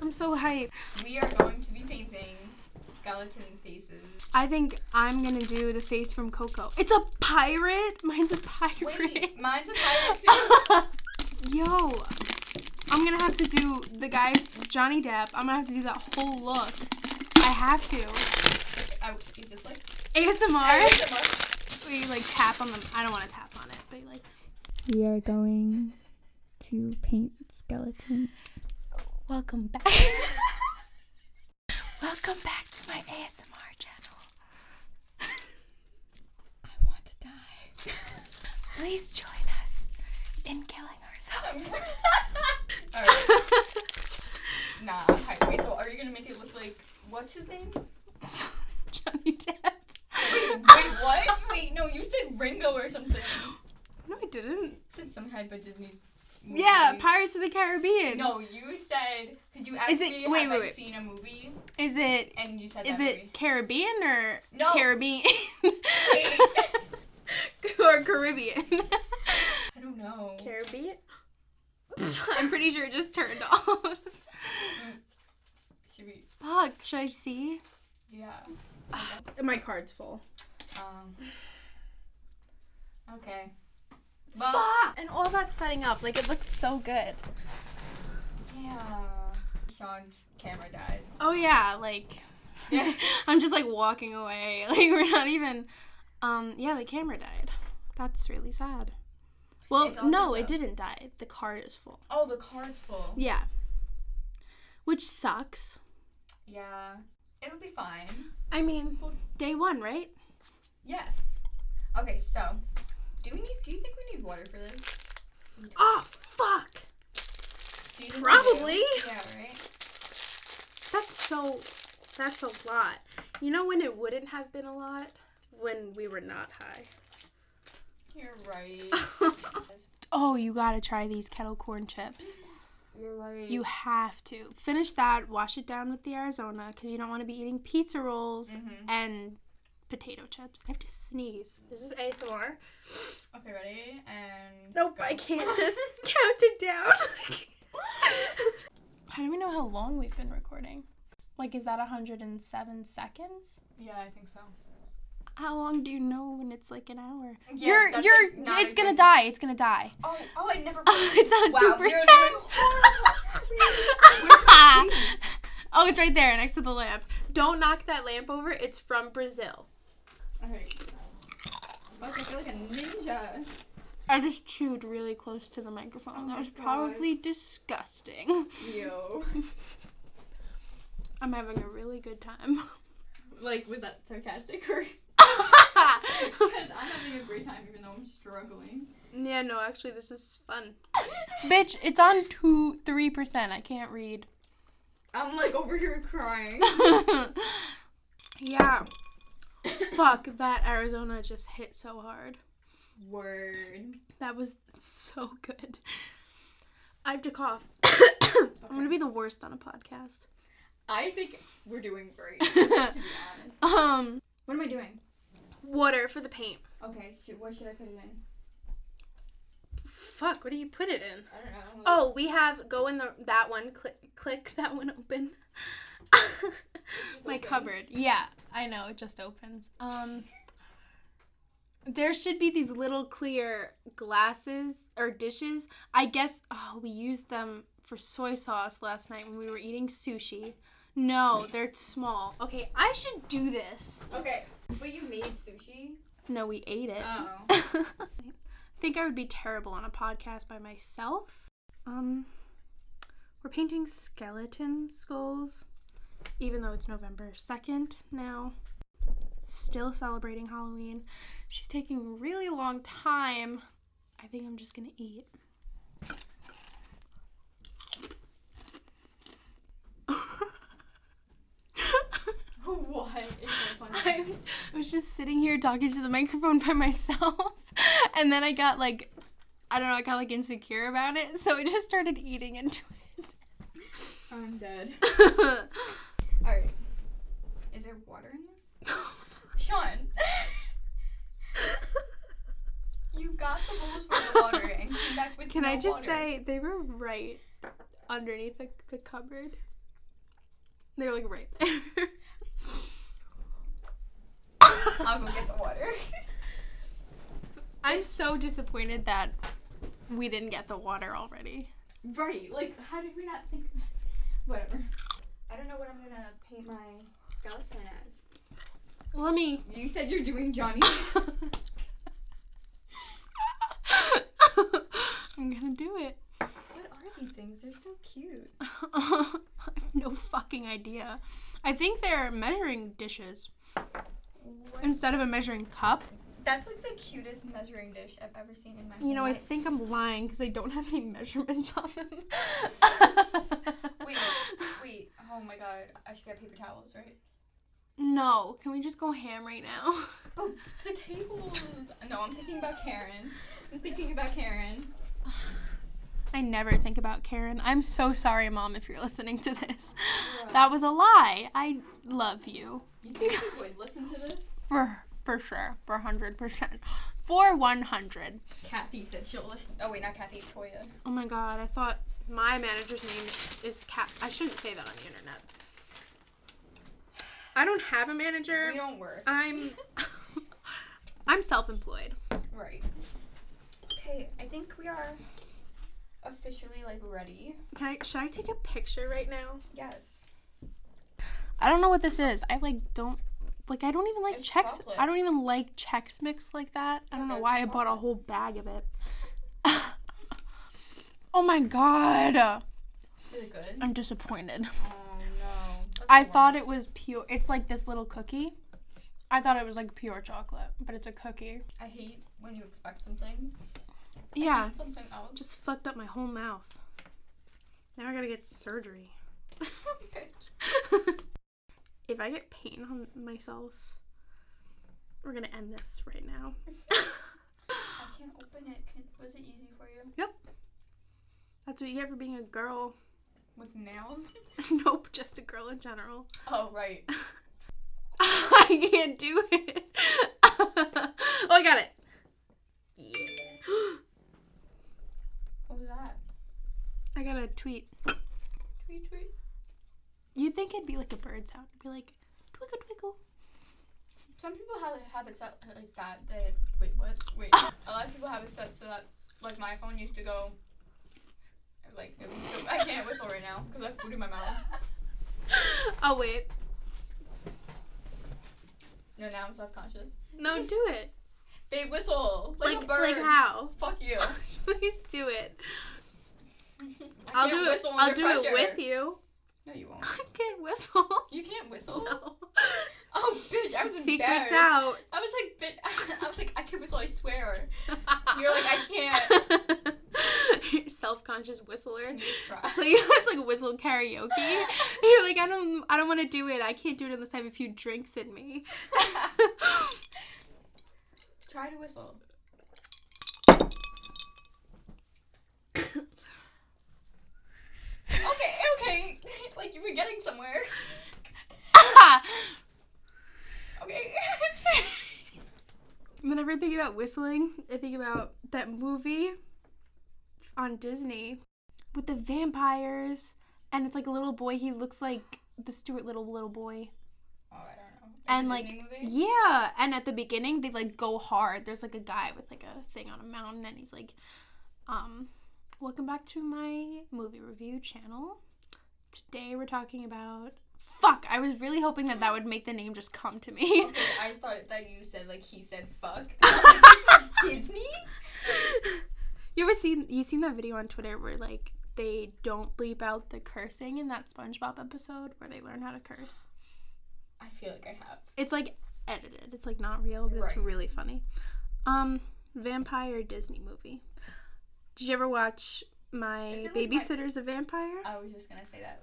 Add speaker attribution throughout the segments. Speaker 1: I'm so hyped.
Speaker 2: We are going to be painting skeleton faces.
Speaker 1: I think I'm gonna do the face from Coco. It's a pirate. Mine's a pirate.
Speaker 2: Wait, mine's a pirate too.
Speaker 1: Yo, I'm gonna have to do the guy Johnny Depp. I'm gonna have to do that whole look. I have to.
Speaker 2: oh, is this like
Speaker 1: ASMR.
Speaker 2: ASMR?
Speaker 1: We like tap on them. I don't want to tap on it, but like
Speaker 3: We are going to paint skeletons.
Speaker 1: Welcome back. Welcome back to my ASMR channel.
Speaker 2: I want to die.
Speaker 1: Please join us in killing ourselves.
Speaker 2: Alright, nah, I'm hyped. Wait, so are you gonna make it look like what's his name?
Speaker 1: Johnny Depp.
Speaker 2: Wait, what? Wait, no, you said Ringo or something.
Speaker 1: No, I didn't.
Speaker 2: Said some hype at Disney. movie.
Speaker 1: Yeah, Pirates of the Caribbean.
Speaker 2: No, you said because you asked
Speaker 1: Is it-
Speaker 2: me
Speaker 1: wait,
Speaker 2: have
Speaker 1: wait,
Speaker 2: I
Speaker 1: wait.
Speaker 2: seen a movie,
Speaker 1: Is it?
Speaker 2: and you said
Speaker 1: Is
Speaker 2: that
Speaker 1: it Caribbean or
Speaker 2: No.
Speaker 1: Caribbean
Speaker 2: Movie.
Speaker 1: or Caribbean?
Speaker 2: I don't know.
Speaker 1: Caribbean. I'm pretty sure it just turned off.
Speaker 2: Should we?
Speaker 1: Fuck. Should I see?
Speaker 2: Yeah.
Speaker 1: My card's full.
Speaker 2: Um. Okay. Well,
Speaker 1: Fuck. And all that setting up, like it looks so good.
Speaker 2: yeah. Sean's camera died.
Speaker 1: Oh yeah, like
Speaker 2: Yeah.
Speaker 1: I'm just like walking away. Like we're not even um yeah, the camera died. That's really sad. Well,
Speaker 2: It's all
Speaker 1: no,
Speaker 2: good,
Speaker 1: it
Speaker 2: though.
Speaker 1: didn't die. The card is full.
Speaker 2: Oh, the card's full.
Speaker 1: Yeah. Which sucks.
Speaker 2: Yeah. It'll be fine.
Speaker 1: I mean, day 1, right?
Speaker 2: Yeah. Okay, so do we need? Do you think we need water for this?
Speaker 1: Oh, fuck.
Speaker 2: Do you think we do?
Speaker 1: Probably.
Speaker 2: Yeah. Right.
Speaker 1: That's so that's a lot. You know when it wouldn't have been a lot when we were not high.
Speaker 2: You're right.
Speaker 1: Ah. oh, you got to try these kettle corn chips.
Speaker 2: You're right.
Speaker 1: You have to finish that. Wash it down with the Arizona because you don't want to be eating pizza rolls
Speaker 2: Mhm.
Speaker 1: and potato chips. I have to sneeze. This is ASMR.
Speaker 2: Okay, ready? And
Speaker 1: Nope,
Speaker 2: go.
Speaker 1: I can't just count it down. How do we know how long we've been recording? Like, is that 107 seconds?
Speaker 2: yeah, I think so.
Speaker 1: How long do you know when it's like an hour?
Speaker 2: Yeah,
Speaker 1: you're,
Speaker 2: that's,
Speaker 1: you're,
Speaker 2: like, not
Speaker 1: it's
Speaker 2: a
Speaker 1: gonna
Speaker 2: good-
Speaker 1: die. It's gonna die.
Speaker 2: Oh, oh, I never.
Speaker 1: it's on
Speaker 2: Wow,
Speaker 1: two
Speaker 2: we are
Speaker 1: percent. Oh, it's right there next to the lamp. Don't knock that lamp over. It's from Brazil.
Speaker 2: Alright. Fuck, I feel like a ninja.
Speaker 1: I just chewed really close to the microphone.
Speaker 2: Oh
Speaker 1: that
Speaker 2: my
Speaker 1: was
Speaker 2: God.
Speaker 1: probably disgusting.
Speaker 2: Yo.
Speaker 1: I'm having a really good time.
Speaker 2: Like, was that sarcastic or? Because I'm having a great time even though I'm struggling.
Speaker 1: yeah, no, actually, this is fun. Bitch, it's on two, three percent. I can't read.
Speaker 2: I'm like over here crying.
Speaker 1: yeah. Fuck, that Arizona just hit so hard.
Speaker 2: Word.
Speaker 1: That was so good. I have to cough. I'm gonna be the worst on a podcast.
Speaker 2: I think we're doing great. to be honest.
Speaker 1: Um,
Speaker 2: What am I doing?
Speaker 1: water for the paint.
Speaker 2: Okay, should, what should I put it in?
Speaker 1: Fuck, what do you put it in?
Speaker 2: I don't know.
Speaker 1: Oh, we have go in the that one click click that one open. My
Speaker 2: opens.
Speaker 1: cupboard. Yeah, I know it just opens. Um there should be these little clear glasses or dishes. I guess oh, we used them for soy sauce last night when we were eating sushi. No, they're small. Okay, I should do this.
Speaker 2: Okay. But you made sushi?
Speaker 1: No, we ate it.
Speaker 2: Oh.
Speaker 1: I think I would be terrible on a podcast by myself. Um, we're painting skeleton skulls, even though it's November 2nd now. Still celebrating Halloween. She's taking a really long time. I think I'm just gonna eat.
Speaker 2: What? It's so funny.
Speaker 1: I was just sitting here talking to the microphone by myself, and then I got like, I don't know, I got like insecure about it, so I just started eating into
Speaker 2: I'm dead.
Speaker 1: it.
Speaker 2: Alright. Is there water in this? Sean! you got the bowls for the water and came back with
Speaker 1: Can I
Speaker 2: no
Speaker 1: just
Speaker 2: water.
Speaker 1: say they were right underneath the, the cupboard? They're like right there.
Speaker 2: I'll go get the water.
Speaker 1: I'm so disappointed that we didn't get the water already.
Speaker 2: right, like, how did we not think of that? Whatever. I don't know what I'm gonna paint my skeleton as.
Speaker 1: Let me.
Speaker 2: You said you're doing Johnny.
Speaker 1: I'm gonna do it.
Speaker 2: what are these things? They're so cute.
Speaker 1: I have no fucking idea. I think they're measuring dishes instead of a measuring cup.
Speaker 2: That's like the cutest measuring dish I've ever seen in my
Speaker 1: You know, I
Speaker 2: life.
Speaker 1: think I'm lying because I don't have any measurements on them.
Speaker 2: Wait, wait. Oh my god. I should get paper towels, right?
Speaker 1: No, can we just go ham right now?
Speaker 2: Oh, the tables. No, I'm thinking about Karen. I'm thinking about Karen.
Speaker 1: I never think about Karen. I'm so sorry, Mom, if you're listening to this. That was a lie. I love you.
Speaker 2: You think she would listen to this?
Speaker 1: For for sure. For 100%. For 100.
Speaker 2: Kathy said she'll listen. Oh wait, not Kathy. Toya.
Speaker 1: Oh my god, I thought my manager's name is Cat. I shouldn't say that on the internet. I don't have a manager.
Speaker 2: We don't work.
Speaker 1: I'm I'm self-employed.
Speaker 2: Right. Okay, I think we are officially like ready.
Speaker 1: Can I should I take a picture right now?
Speaker 2: Yes.
Speaker 1: I don't know what this is. I like don't like I don't even like
Speaker 2: It's
Speaker 1: checks.
Speaker 2: chocolate.
Speaker 1: I don't even like Chex Mix like that. I don't know
Speaker 2: it's
Speaker 1: why I bought a whole bag of it. oh my god.
Speaker 2: Is it good?
Speaker 1: I'm disappointed.
Speaker 2: Oh no. That's
Speaker 1: I
Speaker 2: the
Speaker 1: thought
Speaker 2: worst.
Speaker 1: it was pure it's like this little cookie. I thought it was like pure chocolate, but it's a cookie.
Speaker 2: I hate when you expect something. I
Speaker 1: Yeah.
Speaker 2: want something else.
Speaker 1: Just fucked up my whole mouth. Now I gotta get surgery.
Speaker 2: Okay.
Speaker 1: if I get pain on myself, we're gonna end this right now.
Speaker 2: I can't open it. Can, was it easy for you?
Speaker 1: That's what you get for being a girl.
Speaker 2: With nails?
Speaker 1: nope, just a girl in general.
Speaker 2: Oh right.
Speaker 1: I can't do it. oh, I got it. Yeah.
Speaker 2: What was that?
Speaker 1: I got a tweet.
Speaker 2: Tweet tweet.
Speaker 1: You'd think it'd be like a bird sound. It'd be like twinkle twinkle.
Speaker 2: Some people have have it set like that. They wait, what? Wait, a lot of people have it set so that like my phone used to go. Like it was so, I can't whistle right now because I have food in my mouth.
Speaker 1: Oh wait.
Speaker 2: No, now I'm self conscious.
Speaker 1: No, do it.
Speaker 2: They whistle like, a
Speaker 1: Like
Speaker 2: bird.
Speaker 1: like how?
Speaker 2: Fuck you.
Speaker 1: Please do it.
Speaker 2: I
Speaker 1: I'll
Speaker 2: can't
Speaker 1: do it.
Speaker 2: whistle
Speaker 1: I'll
Speaker 2: under
Speaker 1: do
Speaker 2: pressure.
Speaker 1: it with you.
Speaker 2: No, you won't.
Speaker 1: I can't whistle.
Speaker 2: You can't whistle.
Speaker 1: No.
Speaker 2: Oh, bitch! I was
Speaker 1: Secrets
Speaker 2: embarrassed.
Speaker 1: out.
Speaker 2: I was like, bitch. I was like, I can whistle. I swear. You're like, I can't.
Speaker 1: You're self-conscious whistler.
Speaker 2: Can you try?
Speaker 1: So you guys like whistle karaoke. You're like, I don't, I don't want to do it. I can't do it unless I have a few drinks in me.
Speaker 2: Try to whistle. Okay, okay. like you were getting somewhere. Okay.
Speaker 1: Whenever I think about whistling, I think about that movie on Disney with the vampires, and it's like a little boy. He looks like the Stuart Little little boy.
Speaker 2: oh, I don't know. Is
Speaker 1: And,
Speaker 2: it
Speaker 1: like,
Speaker 2: Disney movie?
Speaker 1: Yeah, and at the beginning they like go hard. There's like a guy with like a thing on a mountain and he's like um welcome back to my movie review channel. Today we're talking about fuck, I was really hoping that that would make the name just come to me.
Speaker 2: Okay, I thought that you said like he said fuck. I was like, "This is Disney?
Speaker 1: you ever seen you seen that video on Twitter where like they don't bleep out the cursing in that SpongeBob episode where they learn how to curse?
Speaker 2: I feel like I have.
Speaker 1: It's like edited. It's like not real, but it's
Speaker 2: Right.
Speaker 1: really funny. Um, vampire Disney movie. Did you ever watch
Speaker 2: Is
Speaker 1: My
Speaker 2: it like my- Oh,
Speaker 1: Babysitter's a Vampire?
Speaker 2: I was just gonna say that.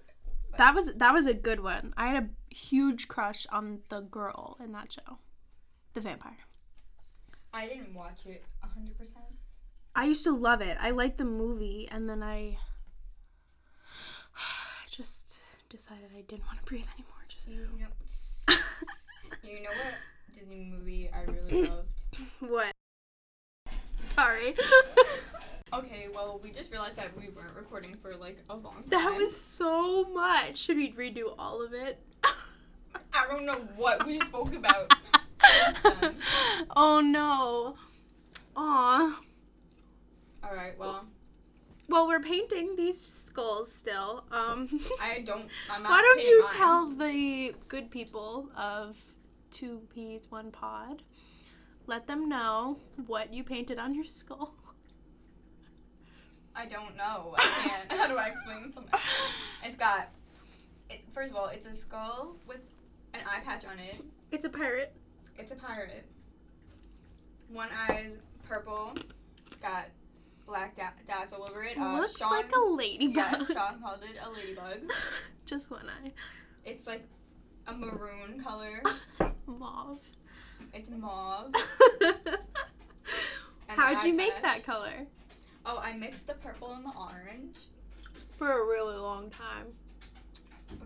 Speaker 1: that was that was a good one. I had a huge crush on the girl in that show, the vampire.
Speaker 2: I didn't watch it hundred percent.
Speaker 1: I used to love it. I liked the movie, and then I just decided I didn't want to breathe anymore. Just
Speaker 2: You know, you know what
Speaker 1: Mm.
Speaker 2: Disney movie I really loved?
Speaker 1: what? Sorry.
Speaker 2: Okay, well, we just realized that we weren't recording for like a long time.
Speaker 1: That was so much. Should we redo all of it?
Speaker 2: I don't know what we spoke about. done.
Speaker 1: oh no. Aw.
Speaker 2: All right, well,
Speaker 1: Well, we're painting these skulls still. Um,
Speaker 2: I don't. I'm not.
Speaker 1: why don't
Speaker 2: painting
Speaker 1: you
Speaker 2: mine.
Speaker 1: tell the good people of Two Peas One Pod? Let them know what you painted on your skull.
Speaker 2: I don't know. I can't. How do I explain something? It's got. It, first of all, it's a skull with an eye patch on it.
Speaker 1: It's a pirate.
Speaker 2: It's a pirate. One eye is purple. It's got black da- dots all over it. Uh,
Speaker 1: Looks
Speaker 2: Sean,
Speaker 1: like a ladybug.
Speaker 2: Yeah, Sean called it a ladybug.
Speaker 1: Just one eye.
Speaker 2: It's like a maroon color.
Speaker 1: Mauve.
Speaker 2: It's mauve. and
Speaker 1: How'd you
Speaker 2: eye
Speaker 1: make
Speaker 2: patch.
Speaker 1: that color?
Speaker 2: Oh, I mixed the purple and the orange.
Speaker 1: For a really long time.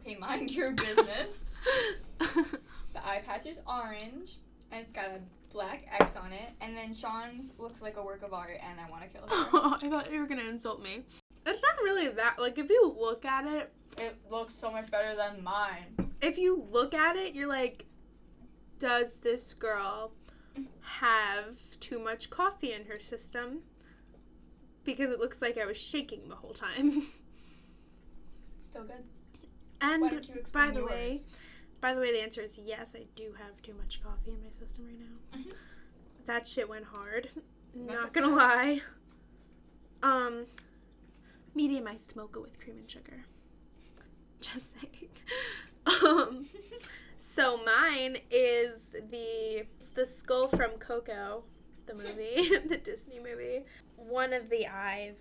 Speaker 2: Okay, mind your business. the eye patch is orange, and it's got a black X on it. And then Sean's looks like a work of art, and I want to kill her.
Speaker 1: I thought you were gonna insult me. It's not really that. Like, if you look at it,
Speaker 2: it looks so much better than mine.
Speaker 1: if you look at it, you're like, does this girl have too much coffee in her system? Because it looks like I was shaking the whole time.
Speaker 2: Still good. Why
Speaker 1: And
Speaker 2: don't you explain
Speaker 1: by the
Speaker 2: yours?
Speaker 1: way, by the way, the answer is yes. I do have too much coffee in my system right now.
Speaker 2: Mhm.
Speaker 1: That shit went hard.
Speaker 2: That's
Speaker 1: Not gonna lie. Um, medium iced mocha with cream and sugar. Just saying. Um, so mine is the it's the skull from Coco, the movie, the Disney movie. One of the eyes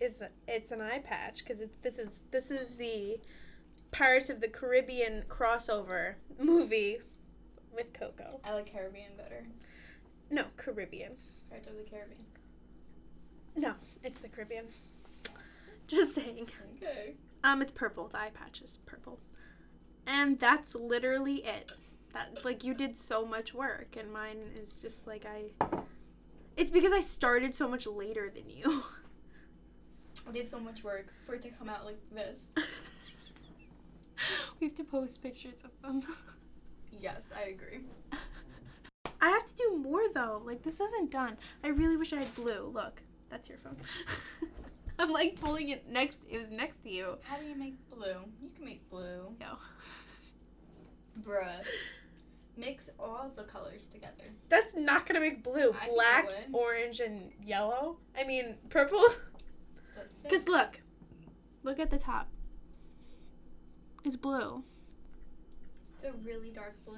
Speaker 1: is it's an eye patch because this is this is the Pirates of the Caribbean crossover movie with Coco.
Speaker 2: I like Caribbean better.
Speaker 1: No, Caribbean.
Speaker 2: Pirates of the Caribbean.
Speaker 1: It's the Caribbean. Just saying.
Speaker 2: Okay.
Speaker 1: Um, it's purple. The eye patch is purple, and that's literally it. That's like you did so much work, and mine is just like I. It's because I started so much later than you.
Speaker 2: I did so much work for it to come out like this.
Speaker 1: we have to post pictures of them.
Speaker 2: Yes, I agree.
Speaker 1: I have to do more though. Like this isn't done. I really wish I had blue. Look, that's your phone. I'm like pulling it next. It was next to you.
Speaker 2: How do you make blue? You can make blue.
Speaker 1: No.
Speaker 2: Bruh. Mix all the colors together.
Speaker 1: That's not gonna make blue.
Speaker 2: I think it
Speaker 1: Black,
Speaker 2: would.
Speaker 1: orange, and yellow. I mean purple.
Speaker 2: That's
Speaker 1: Cause
Speaker 2: it.
Speaker 1: look, look at the top. It's blue.
Speaker 2: It's a really dark blue.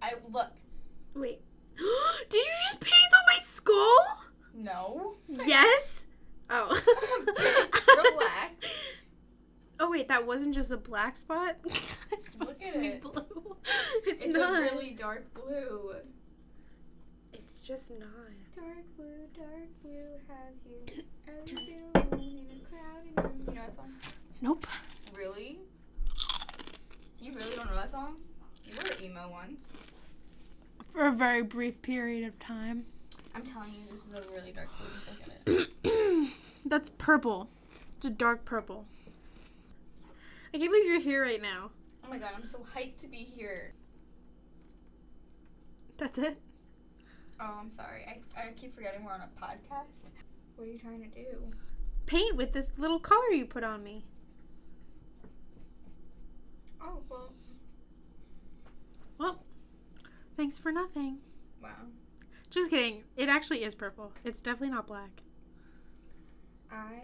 Speaker 2: I look.
Speaker 1: Wait. Did you just paint on my skull?
Speaker 2: No.
Speaker 1: Yes. Oh.
Speaker 2: Relax.
Speaker 1: Oh wait, that wasn't just a black spot. it's
Speaker 2: Look
Speaker 1: supposed
Speaker 2: at
Speaker 1: to be
Speaker 2: it.
Speaker 1: blue. It's,
Speaker 2: It's
Speaker 1: not.
Speaker 2: a really dark blue.
Speaker 1: It's just not.
Speaker 2: Dark blue, dark blue, have you ever been alone in a crowded room? You know that song?
Speaker 1: Nope.
Speaker 2: Really? You really don't know that song? You were emo once.
Speaker 1: For a very brief period of time.
Speaker 2: I'm telling you, this is a really dark blue. Just look at it.
Speaker 1: That's purple. It's a dark purple. I can't believe you're here right now.
Speaker 2: Oh my god, I'm so hyped to be here.
Speaker 1: That's it.
Speaker 2: Oh, I'm sorry. I, I keep forgetting we're on a podcast. What are you trying to do?
Speaker 1: Paint with this little color you put on me.
Speaker 2: Oh, well,
Speaker 1: Thanks for nothing.
Speaker 2: wow.
Speaker 1: Just kidding. It actually is purple. It's definitely not black.
Speaker 2: I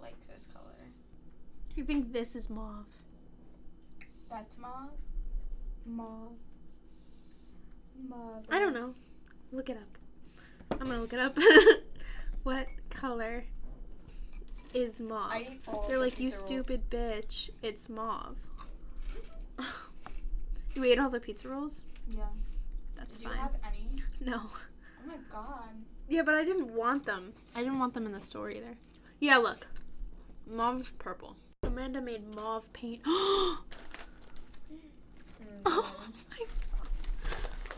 Speaker 2: like this color.
Speaker 1: I think this is mauve.
Speaker 2: That's mauve. Mauve. Mauve.
Speaker 1: I don't know. Look it up. I'm gonna look it up. what color is mauve?
Speaker 2: I eat all
Speaker 1: They're
Speaker 2: the
Speaker 1: like, you
Speaker 2: pizza rolls."
Speaker 1: stupid bitch. It's mauve. you ate all the pizza rolls?
Speaker 2: Yeah.
Speaker 1: That's
Speaker 2: Do
Speaker 1: fine.
Speaker 2: you have any?
Speaker 1: no.
Speaker 2: Oh my god.
Speaker 1: Yeah, but I didn't want them. I didn't want them in the store either. Yeah, look. Mauve's purple. Amanda made mauve paint. oh
Speaker 2: Mm.
Speaker 1: my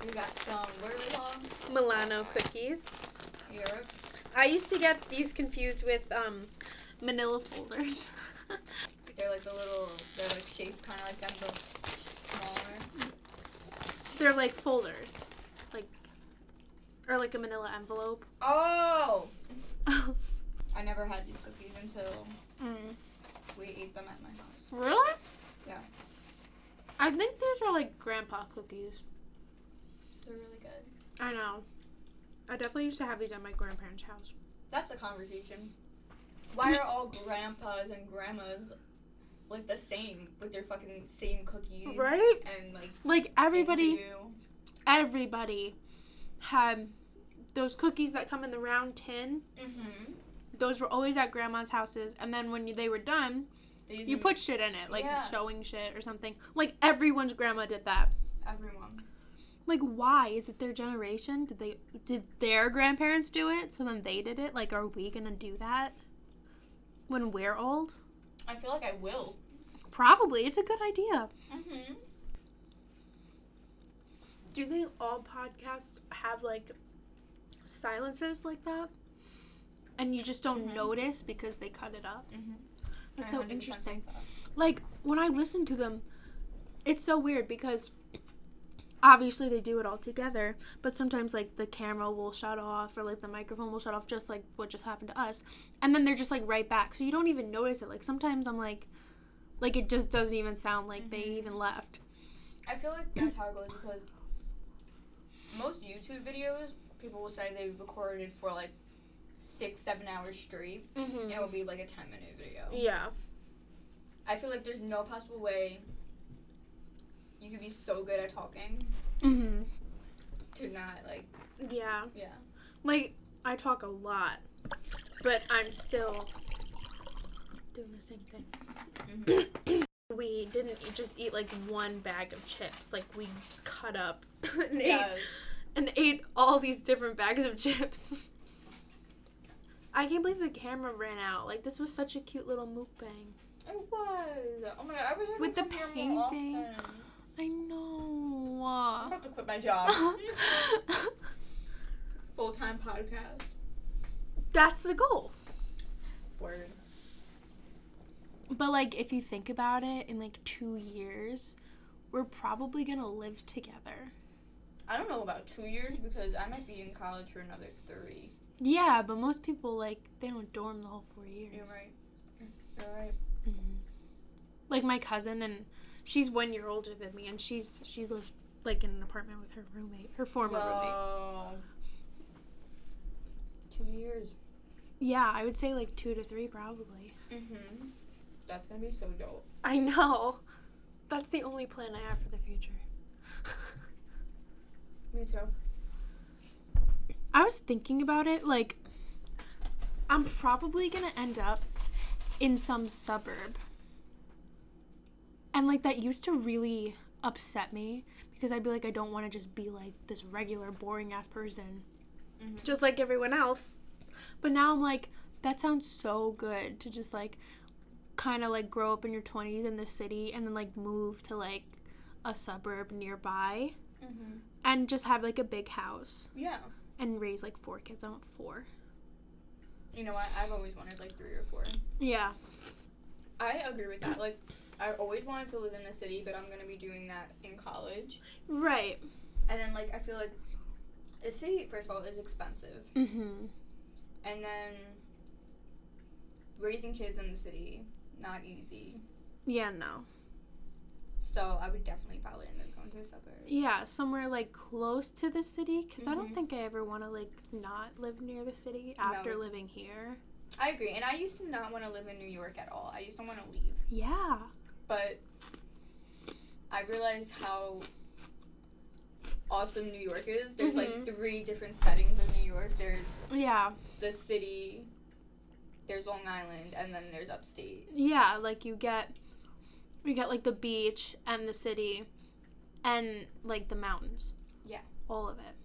Speaker 2: We got some, what are we called?
Speaker 1: Milano cookies.
Speaker 2: Europe.
Speaker 1: I used to get these confused with um, manila folders.
Speaker 2: They're like a little, they're like shaped kind of like that, but smaller.
Speaker 1: They're like folders, like or like a manila envelope.
Speaker 2: Oh!
Speaker 1: mm.
Speaker 2: I never had these cookies until we ate them at my house.
Speaker 1: Really?
Speaker 2: Yeah.
Speaker 1: I think these are like grandpa cookies.
Speaker 2: They're really good.
Speaker 1: I know. I definitely used to have these at my grandparents' house.
Speaker 2: That's a conversation. Why are all grandpas and grandmas like the same with their fucking same cookies?
Speaker 1: Right?
Speaker 2: And like
Speaker 1: Like
Speaker 2: things
Speaker 1: everybody,
Speaker 2: to do?
Speaker 1: everybody had those cookies that come in the round tin.
Speaker 2: Mhm.
Speaker 1: Those were always at grandma's houses, and then when they were done,
Speaker 2: They use
Speaker 1: you
Speaker 2: them-
Speaker 1: put shit in it, like
Speaker 2: Mm-hmm. Yeah.
Speaker 1: sewing shit or something. Like everyone's grandma did that.
Speaker 2: everyone.
Speaker 1: Like why is it their generation? Did they did their grandparents do it? So then they did it. Like are we gonna do that when we're old?
Speaker 2: I feel like I will.
Speaker 1: Probably. It's a good idea.
Speaker 2: Mhm.
Speaker 1: Do you think all podcasts have like silences like that? And you just don't
Speaker 2: Mhm.
Speaker 1: notice because they cut it up?
Speaker 2: Mhm.
Speaker 1: Mm-hmm. That's
Speaker 2: I
Speaker 1: so
Speaker 2: 100%
Speaker 1: interesting.
Speaker 2: think that.
Speaker 1: Like when I listen to them, it's so weird because obviously they do it all together, but sometimes like the camera will shut off or like the microphone will shut off just like what just happened to us. And then they're just like right back. So you don't even notice it. Like sometimes I'm like like it just doesn't even sound like they
Speaker 2: Mhm.
Speaker 1: even left.
Speaker 2: I feel like that's how it goes because most YouTube videos, people will say they recorded for like six, seven hours straight.
Speaker 1: Mm-hmm.
Speaker 2: and It will be like a 10 minute video.
Speaker 1: Yeah.
Speaker 2: I feel like there's no possible way you could be so good at talking
Speaker 1: Mm-hmm.
Speaker 2: to not like
Speaker 1: Yeah.
Speaker 2: yeah.
Speaker 1: Like, I talk a lot, but I'm still doing the same thing. Mm-hmm. we didn't eat, just eat like one bag of chips. Like, we cut up and,
Speaker 2: Yeah.
Speaker 1: ate, and ate all these different bags of chips. I can't believe the camera ran out. Like, this was such a cute little mukbang.
Speaker 2: It was. Oh my god, I wish I
Speaker 1: With
Speaker 2: could come
Speaker 1: the
Speaker 2: here more
Speaker 1: painting. Uh-huh.
Speaker 2: often.
Speaker 1: I
Speaker 2: I'm
Speaker 1: know.
Speaker 2: about to quit my job. Full time podcast.
Speaker 1: That's the goal.
Speaker 2: Word.
Speaker 1: But like if you think about it, in like two years, we're probably gonna live together.
Speaker 2: I don't know about two years because I might be in college for another three.
Speaker 1: Yeah, but most people like they don't dorm the whole four years.
Speaker 2: You're right. You're right.
Speaker 1: Mhm. Like my cousin and she's one year older than me, and she's she's lived like in an apartment with her roommate, her former roommate.
Speaker 2: Wow. Two years.
Speaker 1: Yeah, I would say like two to three probably.
Speaker 2: Mhm. That's gonna be so dope.
Speaker 1: I know. That's the only plan I have for the future.
Speaker 2: Me too.
Speaker 1: I was thinking about it, like, I'm probably gonna end up in some suburb. And, like, that used to really upset me because I'd be like, I don't wanna just be like this regular, boring ass person,
Speaker 2: Mhm.
Speaker 1: just like everyone else. But now I'm like, that sounds so good to just like kind of like grow up in your 20s in the city and then like move to like a suburb nearby
Speaker 2: Mhm.
Speaker 1: and just have like a big house
Speaker 2: Yeah.
Speaker 1: and raise like four kids. I want four.
Speaker 2: You know what? I've always wanted like three or four.
Speaker 1: Yeah.
Speaker 2: I agree with that. Like, I always wanted to live in the city, but I'm gonna be doing that in college.
Speaker 1: Right.
Speaker 2: And then like I feel like the city, first of all, is expensive,
Speaker 1: Mm-hmm.
Speaker 2: and then raising kids in the city not easy.
Speaker 1: Yeah, no.
Speaker 2: So I would definitely probably end up going to the suburbs.
Speaker 1: Yeah, somewhere like close to the city because I don't
Speaker 2: Mhm.
Speaker 1: think I ever want to like not live near the city after
Speaker 2: No.
Speaker 1: living here.
Speaker 2: I agree, and I used to not want to live in New York at all. I used to want to leave.
Speaker 1: Yeah.
Speaker 2: but I realized how awesome New York is. There's
Speaker 1: Mhm.
Speaker 2: like three different settings in New York. There's
Speaker 1: Yeah.
Speaker 2: the city, there's Long Island, and then there's upstate.
Speaker 1: Yeah, like you get you get like the beach and the city and like the mountains.
Speaker 2: Yeah.
Speaker 1: All of it.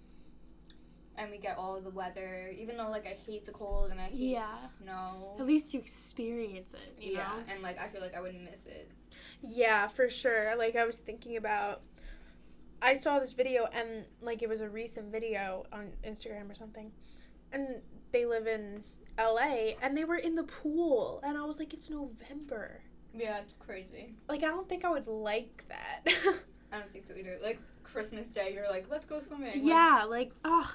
Speaker 2: And we get all the weather, even though like I hate the cold and I hate
Speaker 1: Yeah. At
Speaker 2: snow.
Speaker 1: least you experience it, you
Speaker 2: yeah,
Speaker 1: know?
Speaker 2: and like I feel like I would miss it.
Speaker 1: Yeah, for sure. Like I was thinking about I saw this video and like it was a recent video on Instagram or something and they live in LA and they were in the pool and I was like it's November.
Speaker 2: Yeah, it's crazy.
Speaker 1: Like I don't think I would like that.
Speaker 2: I don't think so either. Like Christmas Day, you're like, let's go swimming.
Speaker 1: yeah, like ugh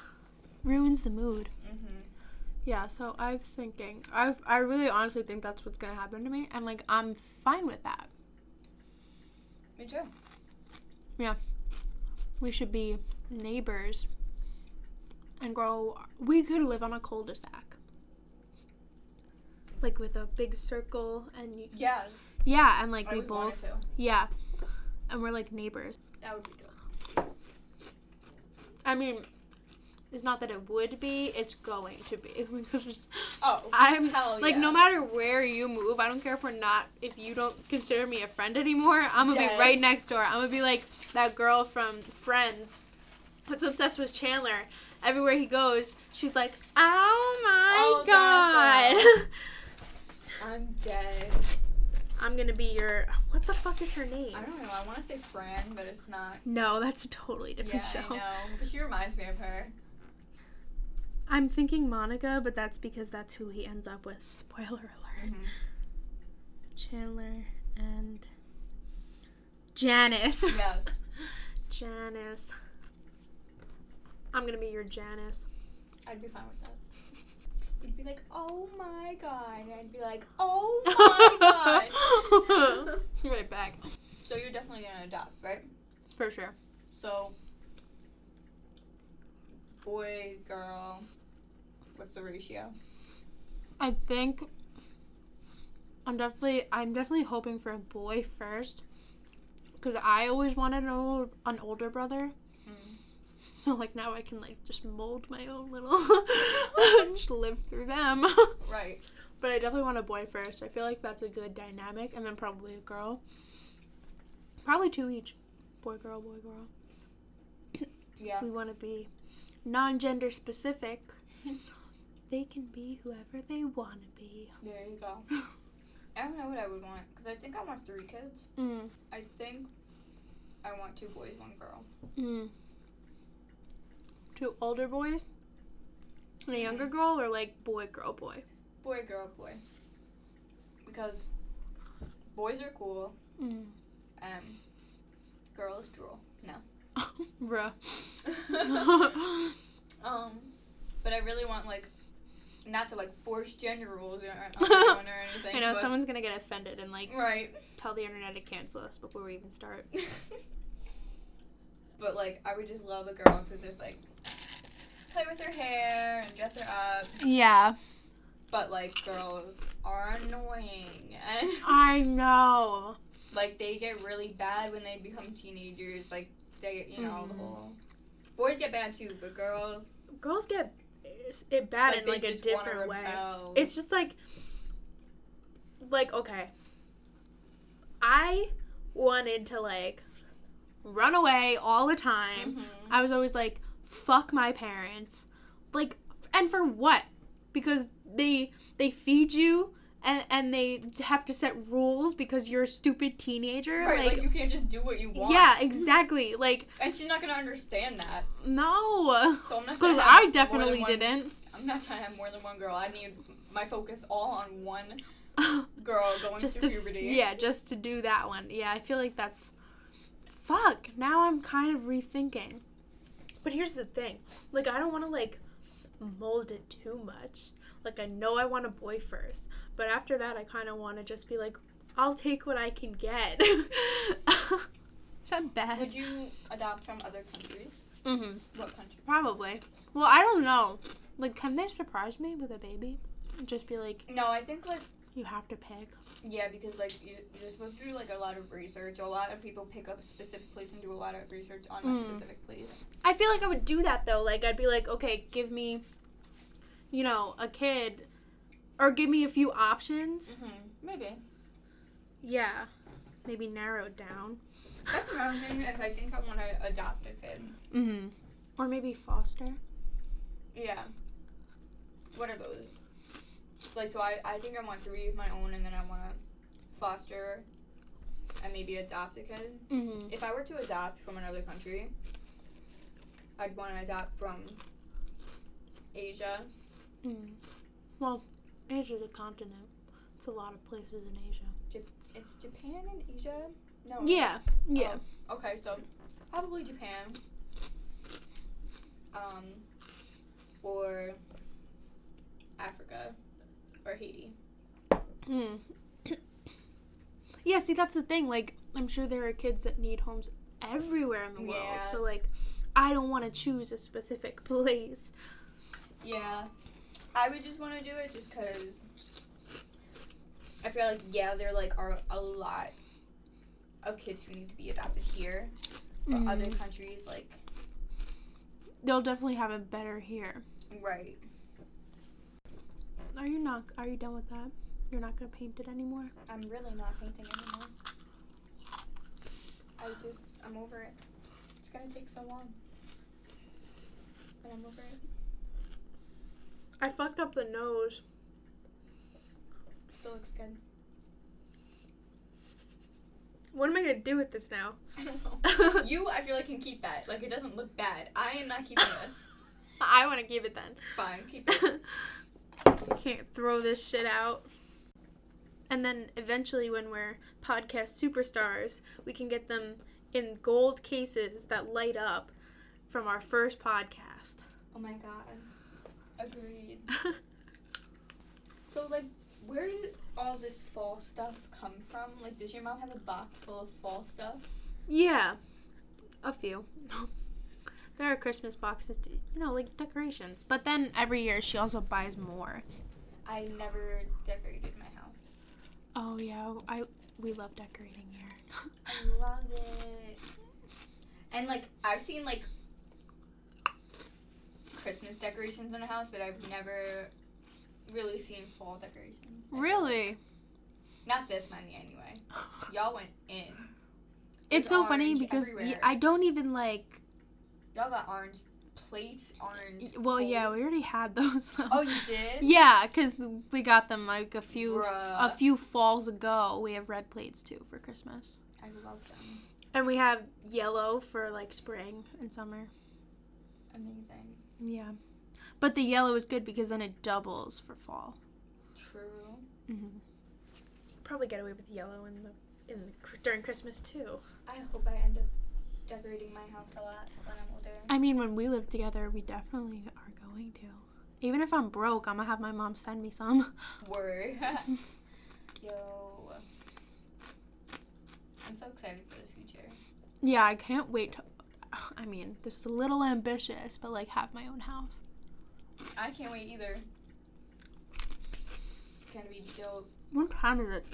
Speaker 1: ruins the mood.
Speaker 2: Mm-hmm.
Speaker 1: Yeah, so I was thinking I I really honestly think that's what's going to happen to me and like I'm fine with that.
Speaker 2: Me too.
Speaker 1: We should be neighbors and grow. We could live on a cul de sac. Like with a big circle and you,
Speaker 2: Yes.
Speaker 1: yeah, and like
Speaker 2: I
Speaker 1: we
Speaker 2: always wanted
Speaker 1: both,
Speaker 2: to.
Speaker 1: yeah. And we're like neighbors.
Speaker 2: That would be dope.
Speaker 1: I mean, it's not that it would be, it's going to be.
Speaker 2: Oh.
Speaker 1: I'm
Speaker 2: Hell
Speaker 1: like,
Speaker 2: yeah.
Speaker 1: no matter where you move, I don't care if we're not, if you don't consider me a friend anymore, I'm gonna
Speaker 2: Yes.
Speaker 1: be right next door. I'm gonna be like that girl from Friends that's obsessed with Chandler. Everywhere he goes, she's like, oh my
Speaker 2: Oh,
Speaker 1: god.
Speaker 2: that I'm dead.
Speaker 1: I'm gonna be your, what the fuck is her name?
Speaker 2: I don't know. I want to say Fran, but it's not.
Speaker 1: No, that's a totally
Speaker 2: Yeah,
Speaker 1: different
Speaker 2: I
Speaker 1: show.
Speaker 2: know. But she reminds me of her.
Speaker 1: I'm thinking Monica, but that's because that's who he ends up with. Spoiler alert.
Speaker 2: Mhm. Mm-hmm.
Speaker 1: Chandler and Janice.
Speaker 2: Yes.
Speaker 1: Janice. I'm gonna be your Janice.
Speaker 2: I'd be fine with that. You'd be like, oh my god. And I'd be like, oh my god.
Speaker 1: right back.
Speaker 2: so you're definitely going to adopt, right?
Speaker 1: For sure.
Speaker 2: So, boy, girl, what's the ratio?
Speaker 1: I think I'm definitely I'm definitely hoping for a boy first. Cause I always wanted an old an older brother.
Speaker 2: Mm.
Speaker 1: So like now I can like just mold my own little just live through them.
Speaker 2: Right.
Speaker 1: But I definitely want a boy first. I feel like that's a good dynamic, and then probably a girl. Probably two each, boy, girl, boy, girl.
Speaker 2: Yeah.
Speaker 1: If we want to be non-gender specific, they can be whoever they want to be.
Speaker 2: There you go. I don't know what I would want because I think I want three kids.
Speaker 1: Mm.
Speaker 2: I think I want two boys, one girl.
Speaker 1: Mm. Two older boys and a younger girl, or like boy, girl, boy.
Speaker 2: Boy, girl, boy. Because boys are cool
Speaker 1: Mm.
Speaker 2: and girls drool.
Speaker 1: Bruh.
Speaker 2: um, but I really want like not to like force gender rules or, on anyone or anything.
Speaker 1: I know
Speaker 2: but-
Speaker 1: someone's gonna get offended and like
Speaker 2: Right.
Speaker 1: tell the internet to cancel us before we even start.
Speaker 2: but like, I would just love a girl to just like play with her hair and dress her up.
Speaker 1: Yeah.
Speaker 2: But like, girls are annoying and
Speaker 1: I know.
Speaker 2: like they get really bad when they become teenagers. Like they, you know, the
Speaker 1: Mhm.
Speaker 2: whole boys get bad too, but girls
Speaker 1: Girls get it bad in
Speaker 2: they
Speaker 1: like a
Speaker 2: just wanna
Speaker 1: different way.
Speaker 2: rebel.
Speaker 1: It's just like, like okay. I wanted to like run away all the time.
Speaker 2: Mhm.
Speaker 1: I was always like, "Fuck my parents," like, and for what? Because they they feed you. And, and they have to set rules because you're a stupid teenager.
Speaker 2: Right, like,
Speaker 1: like,
Speaker 2: you can't just do what you want.
Speaker 1: yeah, exactly. Like,
Speaker 2: and she's not gonna understand that.
Speaker 1: no.
Speaker 2: So I'm not.
Speaker 1: Because
Speaker 2: Trying to have
Speaker 1: I
Speaker 2: more than
Speaker 1: definitely
Speaker 2: one-
Speaker 1: didn't.
Speaker 2: I'm not trying to have more than one girl. I need my focus all on one girl going
Speaker 1: just to
Speaker 2: through
Speaker 1: f-
Speaker 2: puberty.
Speaker 1: yeah just to do that one yeah i feel like that's fuck now i'm kind of rethinking but here's the thing like i don't want to like mold it too much like i know i want a boy first but after that i kind of want to just be like i'll take what i can get is that bad
Speaker 2: Would you adopt from other countries?
Speaker 1: mm-hmm.
Speaker 2: What country?
Speaker 1: probably well i don't know like can they surprise me with a baby just be like
Speaker 2: No, I think like
Speaker 1: you have to pick
Speaker 2: yeah, because like you, you're supposed to do like a lot of research. A lot of people pick up a specific place and do a lot of research on
Speaker 1: Mm.
Speaker 2: that specific place.
Speaker 1: I feel like I would do that though. Like I'd be like, okay, give me, you know, a kid, or give me a few options.
Speaker 2: Mm-hmm. Maybe
Speaker 1: Yeah, maybe narrow it down.
Speaker 2: that's another thing is I think I want to adopt a kid.
Speaker 1: Mm-hmm. Or maybe foster.
Speaker 2: Yeah. What are those? Like, so I, I think I want three of my own, and then I want to foster and maybe adopt a kid.
Speaker 1: Mm-hmm.
Speaker 2: If I were to adopt from another country, I'd want to adopt from Asia Mm-hmm.
Speaker 1: Mm. Well, Asia's a continent. It's a lot of places in Asia.
Speaker 2: It's Japan and Asia. No.
Speaker 1: Yeah, yeah.
Speaker 2: Oh, okay, so probably Japan. Um, or Africa, or Haiti. Oh.
Speaker 1: Mm. yeah, see, that's the thing. Like, I'm sure there are kids that need homes everywhere in the world.
Speaker 2: Yeah.
Speaker 1: So, like, I don't want to choose a specific place.
Speaker 2: Yeah, I would just want to do it just because I feel like yeah, there like are a lot of kids who need to be adopted here or other
Speaker 1: Mm.
Speaker 2: countries like
Speaker 1: They'll definitely have it better here.
Speaker 2: right.
Speaker 1: Are you not? Are you done with that? You're not gonna paint it anymore.
Speaker 2: I'm really not painting anymore. I just I'm over it. It's gonna take so long. But I'm over it.
Speaker 1: I fucked up the nose.
Speaker 2: Still looks good.
Speaker 1: What am I gonna do with this now?
Speaker 2: I don't know. You I feel like can keep that. Like it doesn't look bad. I am not keeping this.
Speaker 1: I want to keep it then.
Speaker 2: Fine, keep it.
Speaker 1: Can't throw this shit out. And then eventually, when we're podcast superstars, we can get them in gold cases that light up from our first podcast.
Speaker 2: Oh my god. Agreed. So like where does all this fall stuff come from? Like does your mom have a box full of fall stuff?
Speaker 1: yeah, a few. there are Christmas boxes, to, you know, like decorations. But then every year she also buys more.
Speaker 2: I never decorated my house.
Speaker 1: Oh yeah, I we love decorating here.
Speaker 2: I love it. And like I've seen like Christmas decorations in a house, but I've never really seen fall decorations. I feel like.
Speaker 1: really?
Speaker 2: Not this many anyway. Y'all went in.
Speaker 1: It's
Speaker 2: There's
Speaker 1: so funny
Speaker 2: orange
Speaker 1: because y-
Speaker 2: everywhere.
Speaker 1: I don't even like.
Speaker 2: Y'all got orange plates, orange.
Speaker 1: y- Well, yeah,
Speaker 2: bowls.
Speaker 1: we already had those. Though.
Speaker 2: Oh, you did?
Speaker 1: Yeah, because we got them like a few a
Speaker 2: Bruh.
Speaker 1: few falls ago. We have red plates too for Christmas,
Speaker 2: I love them.
Speaker 1: and we have yellow for like spring and summer.
Speaker 2: Amazing.
Speaker 1: Yeah, but the yellow is good because then it doubles for fall.
Speaker 2: True.
Speaker 1: Mm-hmm. Probably get away with yellow in the in the, cr- during Christmas too.
Speaker 2: I hope I end up decorating my house a lot when I'm older.
Speaker 1: I mean, when we live together, we definitely are going to. Even if I'm broke, I'm gonna have my mom send me some.
Speaker 2: Word. Yo. I'm so excited for the future.
Speaker 1: Yeah, I can't wait to. I mean, this is a little ambitious, but like have my own house.
Speaker 2: I can't wait either. It's gonna be dope.
Speaker 1: What time is it?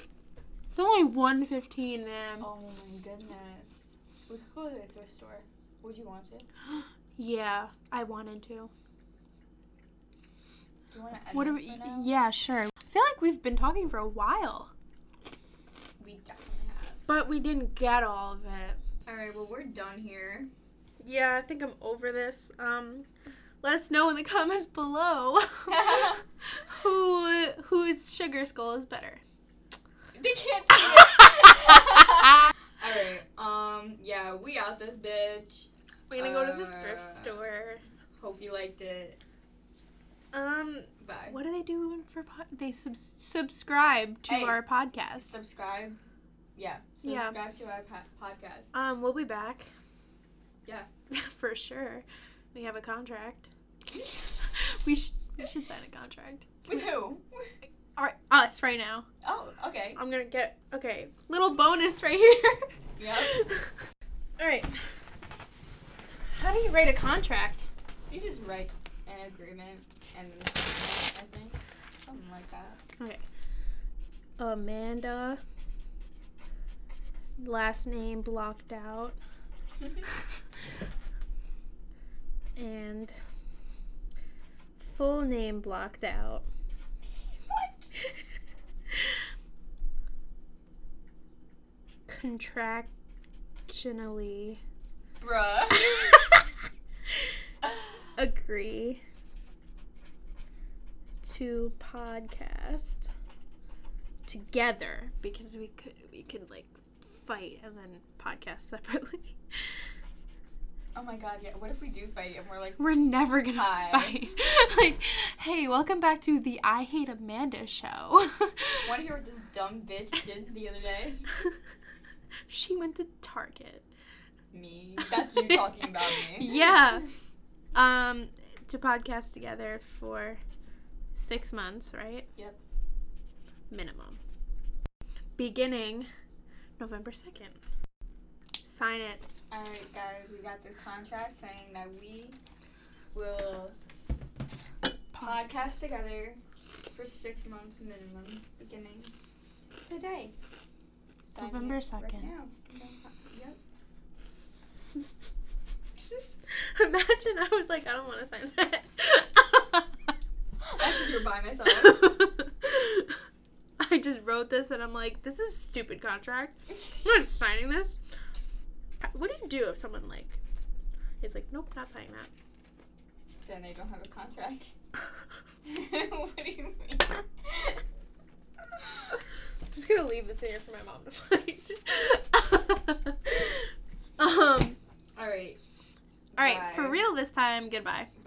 Speaker 1: It's only 1.15, man.
Speaker 2: Oh my goodness. We could go to the thrift store. Would you want to? Do
Speaker 1: Yeah, I wanted to.
Speaker 2: you want to end
Speaker 1: What are
Speaker 2: this
Speaker 1: we?
Speaker 2: for now?
Speaker 1: Yeah, sure. I feel like we've been talking for a while,
Speaker 2: We definitely have.
Speaker 1: but we didn't get all of it.
Speaker 2: All right. Well, we're done here.
Speaker 1: Yeah, I think I'm over this. Um, let us know in the comments below who whose sugar skull is better.
Speaker 2: They can't see it. All right. Um. Yeah. We out this bitch.
Speaker 1: We're gonna go to the thrift
Speaker 2: Uh.
Speaker 1: store.
Speaker 2: Hope you liked it.
Speaker 1: Um,
Speaker 2: Bye.
Speaker 1: what do they do for pod? They subs subscribe to
Speaker 2: Hey.
Speaker 1: our podcast.
Speaker 2: Subscribe. Yeah.
Speaker 1: Yeah.
Speaker 2: Subscribe to our po- podcast.
Speaker 1: Um, we'll be back.
Speaker 2: Yeah.
Speaker 1: for sure. We have a contract. We sh- we should sign a contract.
Speaker 2: With who?
Speaker 1: All right, us right now.
Speaker 2: Oh, okay.
Speaker 1: I'm gonna get okay. Little bonus right here.
Speaker 2: Yeah.
Speaker 1: All right. How do you write a contract?
Speaker 2: You just write an agreement and then sign it, I think something like that.
Speaker 1: Okay. Amanda. Last name blocked out. and full name blocked out.
Speaker 2: what?
Speaker 1: Contractionally
Speaker 2: Bruh.
Speaker 1: agree to podcast together because we could we could like fight and then podcast separately.
Speaker 2: Oh my god, yeah. What if we do fight and we're like,
Speaker 1: We're never gonna
Speaker 2: Hi.
Speaker 1: fight. like, hey, welcome back to the I Hate Amanda show.
Speaker 2: want to hear what this dumb bitch did the other day?
Speaker 1: she went to Target.
Speaker 2: Me. That's you talking about me.
Speaker 1: Yeah. Um, to podcast together for six months, right?
Speaker 2: Yep.
Speaker 1: Minimum. Beginning November 2nd. Sign it.
Speaker 2: Alright, guys, we got this contract saying that we will podcast together for six months minimum, beginning today. Sign it
Speaker 1: November
Speaker 2: Right
Speaker 1: 2nd.
Speaker 2: now. Nov- Yep.
Speaker 1: Imagine I was like, I don't want to sign that.
Speaker 2: I think you're by myself.
Speaker 1: I just wrote this and I'm like, this is a stupid contract. I'm not signing this. What do you do if someone like is like, nope, not signing
Speaker 2: then they don't have a contract.
Speaker 1: that?
Speaker 2: what do you mean?
Speaker 1: I'm just gonna leave this in here for my mom to find. um,
Speaker 2: Alright.
Speaker 1: all right, for
Speaker 2: Bye.
Speaker 1: real this time. Goodbye.